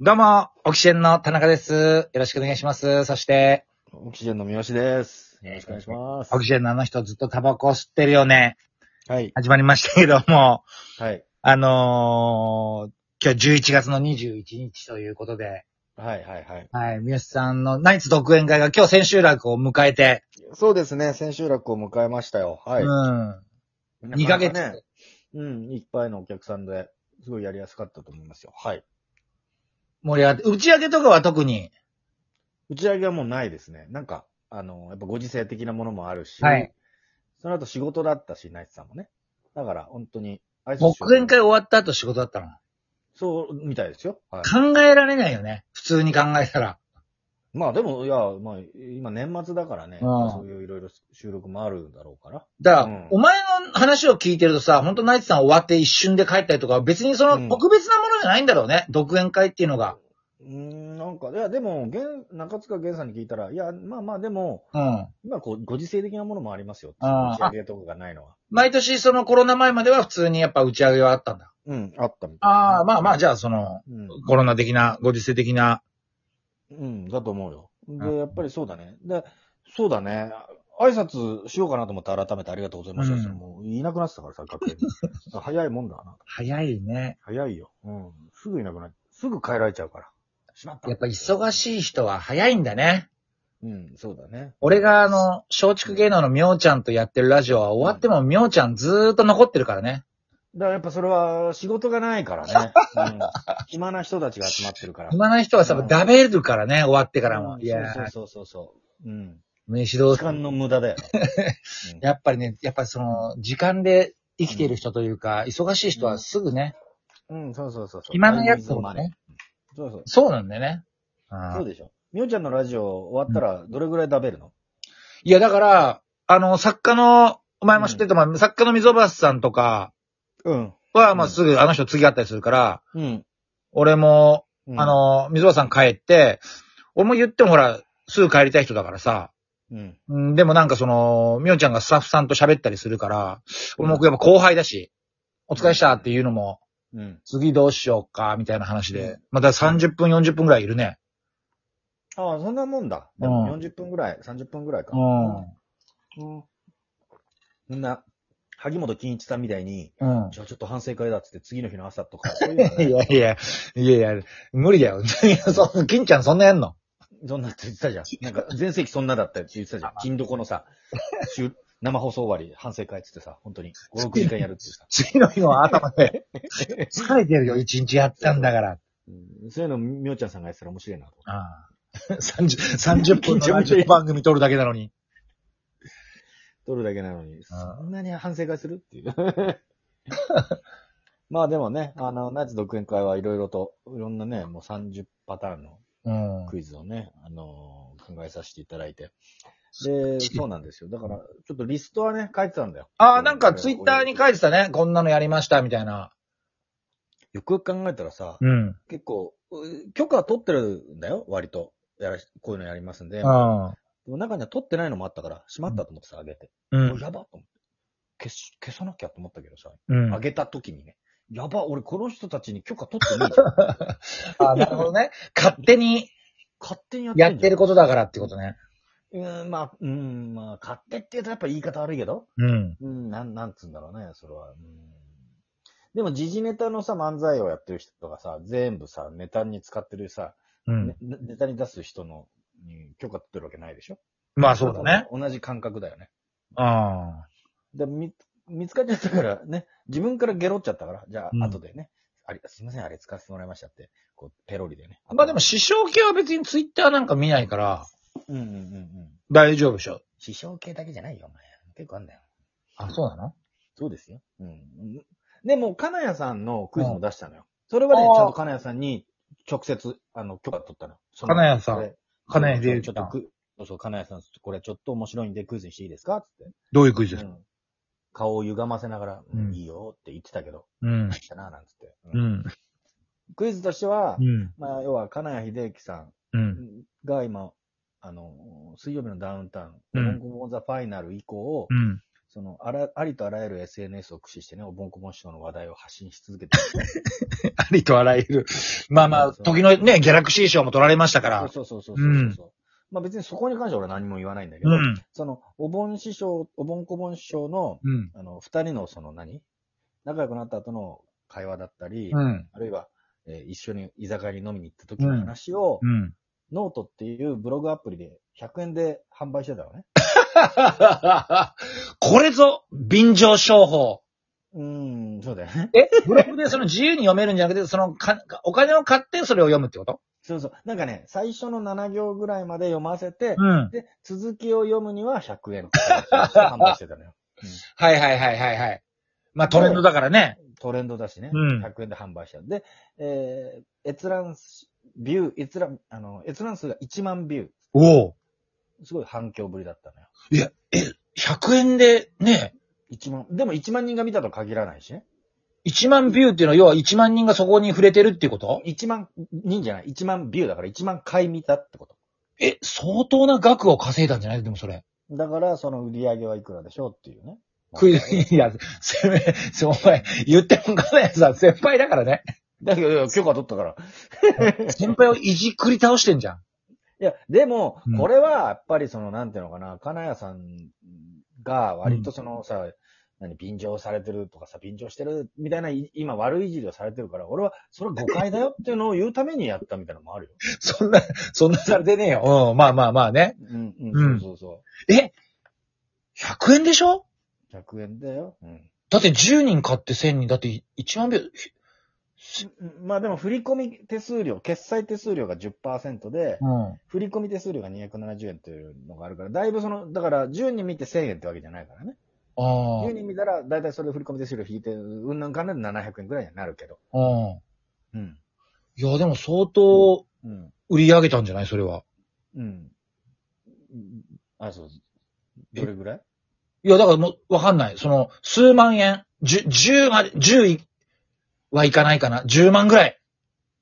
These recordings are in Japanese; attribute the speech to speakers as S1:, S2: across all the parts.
S1: どうも、オキシエンの田中です。よろしくお願いします。そして、
S2: オキシジェンの三好です。よろしくお願いします
S1: オ。キシエンのあの人ずっとタバコ吸ってるよね。
S2: はい。
S1: 始まりましたけども、
S2: はい。
S1: あのー、今日11月の21日ということで、
S2: はい、はい、はい。
S1: はい、三好さんのナイツ独演会が今日千秋楽を迎えて、
S2: そうですね、千秋楽を迎えましたよ。はい。
S1: うん、2ヶ
S2: なかなか
S1: 月、
S2: ね。うん、いっぱいのお客さんで、すごいやりやすかったと思いますよ。はい。
S1: 盛り上がって、打ち上げとかは特に、
S2: 打ち上げはもうないですね。なんか、あの、やっぱご時世的なものもあるし、
S1: はい。
S2: その後仕事だったし、ナイツさんもね。だから、本当に、挨拶しよう
S1: 独演会終わった後仕事だったの。
S2: そう、みたいですよ。はい。
S1: 考えられないよね。普通に考えたら。
S2: まあでも、いや、まあ、今年末だからね、
S1: うん
S2: そういういろいろ収録もあるんだろうから。
S1: だから、
S2: うん
S1: お前の話を聞いてるとさ、本当ナイツさん終わって一瞬で帰ったりとか、別にその
S2: うん
S1: 特別なものじゃないんだろうね。独演会っていうのが。
S2: うーん、なんか、いや、でも、現中塚源さんに聞いたら、いや、まあまあ、でも、
S1: うん。
S2: 今こう、ご時世的なものもありますよ。
S1: あー
S2: 打ち上げとかがないのは。
S1: 毎年そのコロナ前までは普通にやっぱ打ち上げはあったんだ。
S2: うん、あったみたい。
S1: ああ、まあまあ、じゃあその、
S2: うん、
S1: コロナ的な、ご時世的な。
S2: うん、だと思うよ。
S1: うん
S2: で、やっぱりそうだね。で、そうだね。挨拶しようかなと思って改めてありがとうございました。
S1: うん
S2: もういなくなってたからさ、 楽屋に。早いもんだな。
S1: 早いね。
S2: 早いよ。うん。すぐいなくなっすぐ帰られちゃうから。しまった。
S1: やっぱ忙しい人は早いんだね。
S2: うん、そうだね。
S1: 俺があの、松竹芸能のみょうちゃんとやってるラジオは終わってもみょうちゃんずーっと残ってるからね。
S2: だからやっぱそれは仕事がないか らね。うん、暇な人たちが集まってるから。
S1: 暇な人はさ、
S2: うん
S1: ダメるからね、終わってからも。
S2: うん
S1: いやー、
S2: そうそうそうそう。うん。
S1: 飯どう
S2: 時間の無駄だよ、ね。うん
S1: やっぱりね、やっぱりその、時間で生きている人というか、忙しい人はすぐね、
S2: うん、そうそうそうそう。
S1: 暇なやつほどね。
S2: そうそう。
S1: そうなんだよね。
S2: そう
S1: うん
S2: でしょ。みおちゃんのラジオ終わったら、どれぐらい食べるの、
S1: いや、だから、あの、作家の、お前も知ってても、作家の溝端さんとか
S2: うん、
S1: は、まあ、
S2: うん
S1: すぐあの人次会ったりするから、
S2: うん。
S1: 俺も、あ
S2: あの、
S1: の、溝端さん帰って、俺も言ってもほら、すぐ帰りたい人だからさ、
S2: うん。
S1: うん、でもなんかその、みおちゃんがスタッフさんと喋ったりするから、俺もやっぱ後輩だし、お疲れしたっていうのも、
S2: うん。
S1: 次どうしようか、みたいな話で
S2: う。
S1: また30分、40分ぐらいいるね。
S2: ああ、そんなもんだ。で
S1: う
S2: も
S1: ん
S2: 40分ぐらい、30分ぐらいか。うん。みんな、萩本欽一さんみたいに、
S1: うん。
S2: じゃあちょっと反省会だっつって次の日の朝 とか、そういうのはない
S1: やいや、いやいや、無理だよ。 いやそう金ちゃんそんなやんの
S2: そんなって言ってたじゃ ん。なんか、前世紀そんなだったって言ってたじゃん。金どこの さ、週生放送終わり、反省会って言ってさ、本当に5、6時間やるっていうさ。
S1: 次の日の頭 で。疲れてるよ、一日やったんだから。
S2: うんそういうの、みおちゃんさんがやってたら面白いなと。
S1: ああ 30, 30分のラジオ番組撮るだけなのに。
S2: 撮るだけなのに、そんなに反省会するっていう。 まあでもね、あの、ナイツ独演会はいろいろと、いろんなね、もう30パターンの
S1: うん。
S2: クイズをね、あのー考えさせていただいて。 で、そうなんですよ。だから、ちょっとリストはね、書いてたんだよ。
S1: ああ、なんかツイッターに書いてたね。こんなのやりました、みたいな。
S2: よくよく考えたらさ、
S1: うん。うん。
S2: 結構、う許可は取ってるんだよ、割と。やらしこういうのやりますんで。でも中には取ってないのもあったから、しまったと思ってさ、あげて。
S1: う
S2: お
S1: ん。
S2: やばと思って。消し、消さなきゃと思ったけどさ、
S1: うん。
S2: あげた時にね、やば、俺この人たちに許可取ってないじ ゃん。
S1: ああ、なるほどね。勝手に
S2: 勝手にやってんじゃ
S1: や
S2: ん
S1: ってることだからってことね。
S2: うーん、まあ、うーん、まあ、勝手って言うとやっぱ言い方悪いけど、
S1: うん。
S2: うん、なん、なんつうんだろうね、それは。うんでも、時事ネタのさ、漫才をやってる人とかさ、全部さ、ネタに使ってるさ、
S1: うん
S2: ね。ネタに出す人の、に許可取ってるわけないでしょ
S1: まあそうだね。。
S2: 同じ感覚だよね。
S1: ああ。
S2: で、み、見つかっちゃったからね、自分からゲロっちゃったから、じゃ
S1: うん
S2: あ、後でね、あれ、すいません、あれ使わせてもらいましたって、こう、ペロリでね。
S1: まあでも、、師匠系は別にツイッターなんか見ないから、
S2: うんうんうんうん。
S1: 大丈夫でしょ。
S2: 師匠系だけじゃないよ、お前。結構あんだよ。
S1: あ、そうなの
S2: そうですよ。うん。でも、金谷さんのクイズも出したのよ。それは
S1: あ
S2: ね
S1: ー、
S2: ちゃんと金谷さんに直接、あの、許可取ったの。その
S1: 金谷さん。
S2: それ
S1: 金谷秀
S2: ち
S1: 幸
S2: ょ
S1: さ
S2: っと
S1: ん。
S2: クイそうそう、金谷さん、これちょっと面白いんでクイズにしていいですかつっ
S1: どういうクイズ
S2: て、
S1: ですか
S2: うん顔を歪ませながら、
S1: うん
S2: いいよって言ってたけど、
S1: うん。
S2: 来たな、なんつって、
S1: う
S2: うん
S1: ん。
S2: クイズとしては、
S1: うん。
S2: まあ、要は、金谷秀幸さ
S1: うん。
S2: んが今、あの、水曜日のダウンタウン、
S1: うん
S2: 今後もザファイナル以降、
S1: うん。
S2: その、あら、ありとあらゆる SNS を駆使してね、おぼんこぼん師匠の話題を発信し続けてる。
S1: ありとあらゆる。まあまあ、時のね、ギャラクシー賞も取られましたから。
S2: そうそうそうそうそうそう。まあ別にそこに関しては俺は何も言わないんだけど、
S1: うん。
S2: その、おぼん師匠、おぼんこぼん師匠の、
S1: うん。
S2: あの、二人のその何仲良くなった後の会話だったり、
S1: うん。
S2: あるいは、えー一緒に居酒屋に飲みに行った時の話を、
S1: うん。
S2: ノートっていうブログアプリで100円で販売してたのね。
S1: これぞ、便乗商法。
S2: うーん、そうだよね。
S1: えブログでその自由に読めるんじゃなくて、そのか、お金を買ってそれを読むってこと
S2: そうそう。なんかね、最初の7行ぐらいまで読ませて、
S1: ん。
S2: で、続きを読むには100円って形で販売してたのよ。
S1: はいはいはいはいはい。まあトレンドだからね。
S2: トレンドだしね、
S1: うん
S2: 100円で販売した。で、えー、閲覧し、ビュー、閲覧、あの、閲覧数が1万ビュ
S1: おお。
S2: ー。すごい反響ぶりだったのよ。
S1: 100円でね、
S2: 1万、でも1万人が見たとは限らないしね。
S1: 1万ビューっていうのは要は1万人がそこに触れてるっていうこと
S2: 1万人じゃない、1万ビューだから1万回見たってこと。
S1: え、相当な額を稼いだんじゃないでもそれ。
S2: だから、その売り上げはいくらでしょうっていうね。
S1: クイズ、いや、せめ、せ、お前、言ってもかないやつは先輩だからね。
S2: だけど、いや許可取ったから。
S1: 先輩をいじくり倒してんじゃん。
S2: いや、でも
S1: うん、
S2: これは、やっぱりその、なんていうのかな、金谷さんが、割とそのさ、何、便乗されてるとかさ、便乗してるみたいな、い今悪いいじりをされてるから、俺は、それは誤解だよっていうのを言うためにやったみたいなのもあるよ。
S1: そんな、そんなされてねえよ。うん、まあまあまあね。
S2: うん、う
S1: うん
S2: ん、そうそう
S1: え ?100 円でしょ
S2: そう。100円だよ。うん。
S1: だって10人買って1000人、だって1万秒、
S2: まあでも、振込手数料、決済手数料が10%で、
S1: うん。
S2: 振込手数料が270円というのがあるから、だいぶその、だから、10人見て1000円ってわけじゃないからね。
S1: あ
S2: 10人見たら、だいたいそれ振込手数料引いて、うんなんかんなんで700円くらいにはなるけど。
S1: あ。うん。
S2: うん。
S1: いや、でも相当
S2: うん。
S1: 売り上げたんじゃないそれは。
S2: うん。あ、そう。
S1: え
S2: どれぐらい
S1: いや、だからもう、わかんない。その、数万円、十、十まで、十いはいかないかな。十万ぐらい。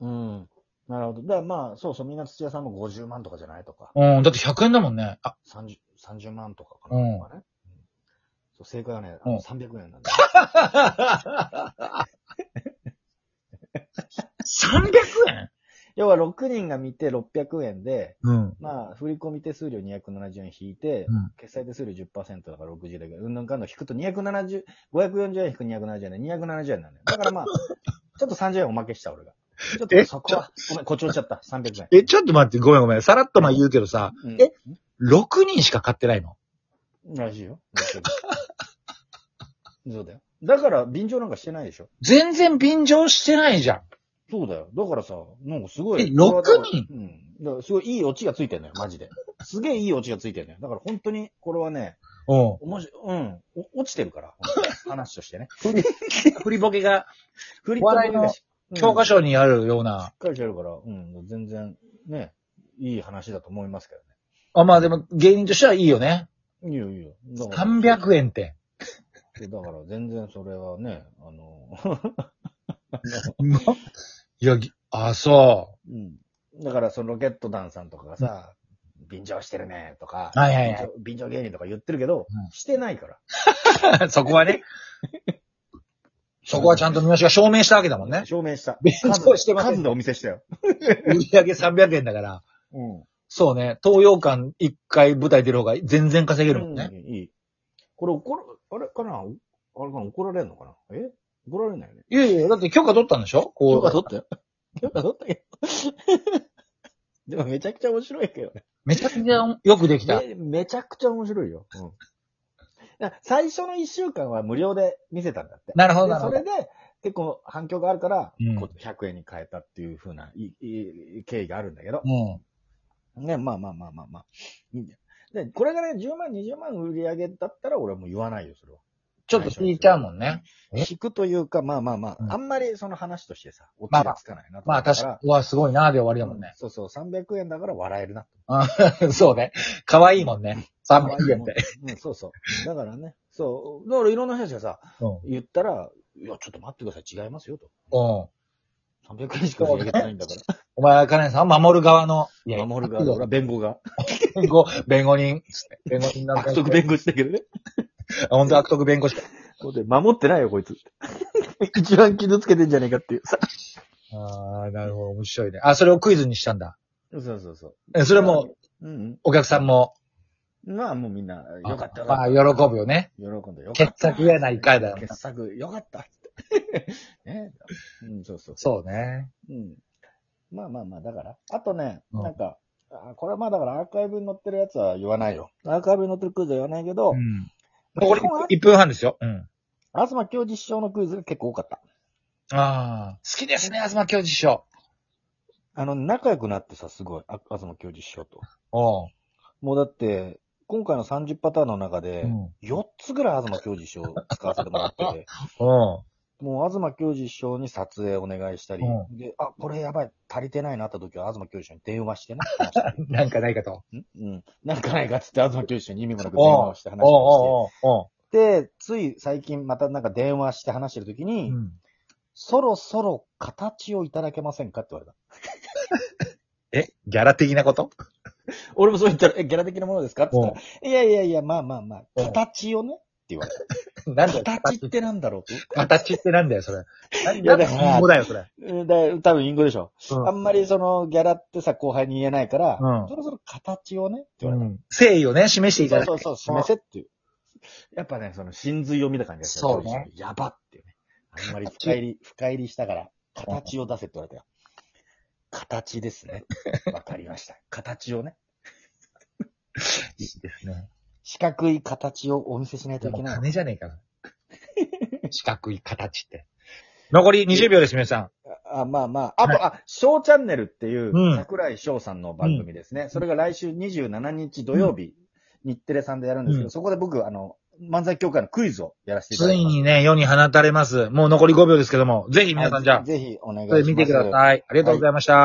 S2: うん。なるほど。だからまあ、そうそう、みんな土屋さんも50万とかじゃないとか、
S1: うん、だって100円だもんね。あ、
S2: 30, 30万とかかな、
S1: うん
S2: とかね。うんそう、正解はね、あ
S1: うん
S2: の300円なんだよ。
S1: 300円
S2: 要は6人が見て600円で、
S1: うん。
S2: まあ、振込手数料270円引いて、
S1: うん
S2: 決済手数料10%だから60だけど、うんぬんかんの引くと270、540円引く270円で270円なんだよ。だから まあ、ちょっと30円おまけした俺が。ちょっ
S1: え
S2: とそこは、ごめん、誇張しちゃった。300円。
S1: え、ちょっと待って、ごめんごめん。さらっとまあ言うけどさ、
S2: うん
S1: え6人しか買ってないの
S2: らしいよ。そうだよ。だから、便乗なんかしてないでしょ
S1: 全然便乗してないじゃん。
S2: そうだよ。だからさ、なんかすごい。
S1: え六人
S2: うん。だからすごいいいオチがついてんのよ、マジで。すげえいいオチがついてんのよ。だから本当に、これはね、
S1: うん。
S2: おもし、うん、お落ちてるから。本 当に話としてね。
S1: 振りボケが
S2: 振り
S1: 笑いの教科
S2: 書。し
S1: 書にあるような。
S2: っかりしてるから、うん、全然、ね、いい話だと思いますけど
S1: あ、まあでも芸人としてはいいよね。
S2: ね。いいよ、いいよ。だから
S1: 300円 って。
S2: だから全然それはね、あ の、
S1: いや、ぎあ、そ
S2: うんだから、そのロケット団さんとかがさ、便乗してるね、とか、
S1: はいはいはい
S2: 便乗便乗芸人とか言ってるけど、
S1: うん
S2: してないから。
S1: う。 そこはね。そこはちゃんと三好が証明したわけだもんね。
S2: 証明した。
S1: 便乗してません
S2: 数数でお見せしたよ。
S1: 売り上げ300円だから。
S2: うん。
S1: そうね。東洋館1回舞台出る方が全然稼げるもんね。
S2: いい。これ怒る、あれかなあれかな怒られんのかなえ怒られないよね。
S1: いやいや、だって許可取ったんでしょこう。
S2: 許可取ったよ。許可取ったけど。でもめちゃくちゃ面白いけどね。
S1: めちゃくちゃよくできた。
S2: めめちゃくちゃ面白いよ。うん。だから最初の一週間は無料で見せたんだって。
S1: なるほど、
S2: で
S1: なる
S2: そ
S1: ほ
S2: れ
S1: ど。
S2: で、結構反響があるから、
S1: うん
S2: こう100円に変えたっていう風な、いいい経緯があるんだけど。
S1: うん。
S2: ね、まあまあまあまあまあ。いいんだよ。で、これがね、10万、20万売り上げだったら俺はもう言わないよ、それは。
S1: ちょっと引いちゃうもんね。え
S2: 引くというか、まあまあまあ、
S1: うん
S2: あんまりその話としてさ、オチ
S1: まあ
S2: がつかないなと
S1: ま
S2: 思
S1: あ
S2: う
S1: 確かに、うわ、すごいな、で終わりだもんね。
S2: そうそう、300円だから笑えるな。
S1: そうね。可愛いもんね。300円って。
S2: うん、そうそう。だからね、そう。だからいろんな人たちがさ、
S1: う
S2: 言ったら、いや、ちょっと待ってください、違いますよ、と。
S1: うん。
S2: 300円しか売り上げてないんだか
S1: お前は金井さんを守る側の、い
S2: ら。
S1: や
S2: 守る側、俺は弁護が。
S1: 弁護、弁護人、つって弁護人なん
S2: 悪徳弁護士だけどね。
S1: あ、本当悪徳弁護士か。
S2: そうで、守ってないよ、こいつ。 一番傷つけてんじゃねえかっていう。
S1: ああ、なるほど、面白いね。あ、それをクイズにしたんだ。
S2: そうそうそう。
S1: えそれも、
S2: うん、
S1: お客さんも、
S2: うん。まあ、もうみんな、よかったよ
S1: ま
S2: か
S1: あ、
S2: っ
S1: 喜ぶよね。
S2: た。喜んだよ。
S1: 傑作やないかいだよ。
S2: 傑作、よか った。ね。うん、そうそう。
S1: そうね。
S2: うん。まあまあまあ、だから。あとね、
S1: うん
S2: なんか、あこれはまあだからアーカイブに載ってるやつは言わないよ。アーカイブに載ってるクイズは言わないけど、
S1: うん。これ1分半ですよ。うん。
S2: 東京実証のクイズが結構多かった。
S1: ああ、好きですね、東京師匠。
S2: あの、仲良くなってさ、すごい。あ東京実証と。
S1: おう。
S2: もうだって、今回の30パターンの中で、
S1: うん。
S2: 4つぐらい東京実証を使わせてもら って、
S1: おう。
S2: もう東京実証に撮影お願いしたり、
S1: う
S2: で、あ、これやばい、足りてないなった時は東京実証に電話してね、話した り
S1: なんかないかと。
S2: んうん。なんかないかっつって東京実証に意味もなく電話
S1: おう
S2: をして話したりして。
S1: おうおうおう
S2: で、つい最近またなんか電話して話してるとき
S1: う
S2: に、
S1: ん。
S2: そろそろ形をいただけませんかって言われた。
S1: え、ギャラ的なこと
S2: 俺もそう言ったら、え、ギャラ的なものですかって言った
S1: う
S2: ら、いやいやいや、まあまあまあ、
S1: うん
S2: 形をねって言われた。
S1: なんだよ。
S2: 形ってなんだろうって
S1: 形ってなんだよ、それ。何
S2: いや
S1: だ
S2: だ
S1: よ、
S2: から
S1: 本語だよ、それ。
S2: うんだ多分インゴでしょ。
S1: うん
S2: あんまりそのギャラってさ、後輩に言えないから、
S1: うん
S2: そろそろ形をねって言
S1: う
S2: われた。
S1: ん。誠意をね、示していただいて。
S2: そうそうそう、示せっていう。やっぱね、その真髄を見た感じがした。
S1: そうね。
S2: やばっていうね。あんまり深入り、深入りしたから、形を出せって言われたよ。形ですね。わかりました。形をね。
S1: いいですね。
S2: 四角い形をお見せしないと
S1: で
S2: いけ
S1: も
S2: ない。
S1: 金じゃねえか な。四角い形って。残り20秒です、皆さ
S2: あ、まあまあ。あと、あ、翔チャンネルっていう
S1: うん、
S2: 桜井翔さんの番組ですね。それが来週27日土曜日、日テレさんでやるんですけ
S1: う
S2: ど、
S1: ん
S2: そこで僕、あの、漫才協会のクイズをやらせ
S1: ん。
S2: ていただ
S1: つ
S2: き
S1: い
S2: ます。
S1: にね、世に放たれます。もう残り5秒ですけども、ぜひ皆さんじゃあ、
S2: はいぜひお願いし
S1: そ
S2: ま
S1: れ
S2: す。
S1: 見てください。ありがとうございました。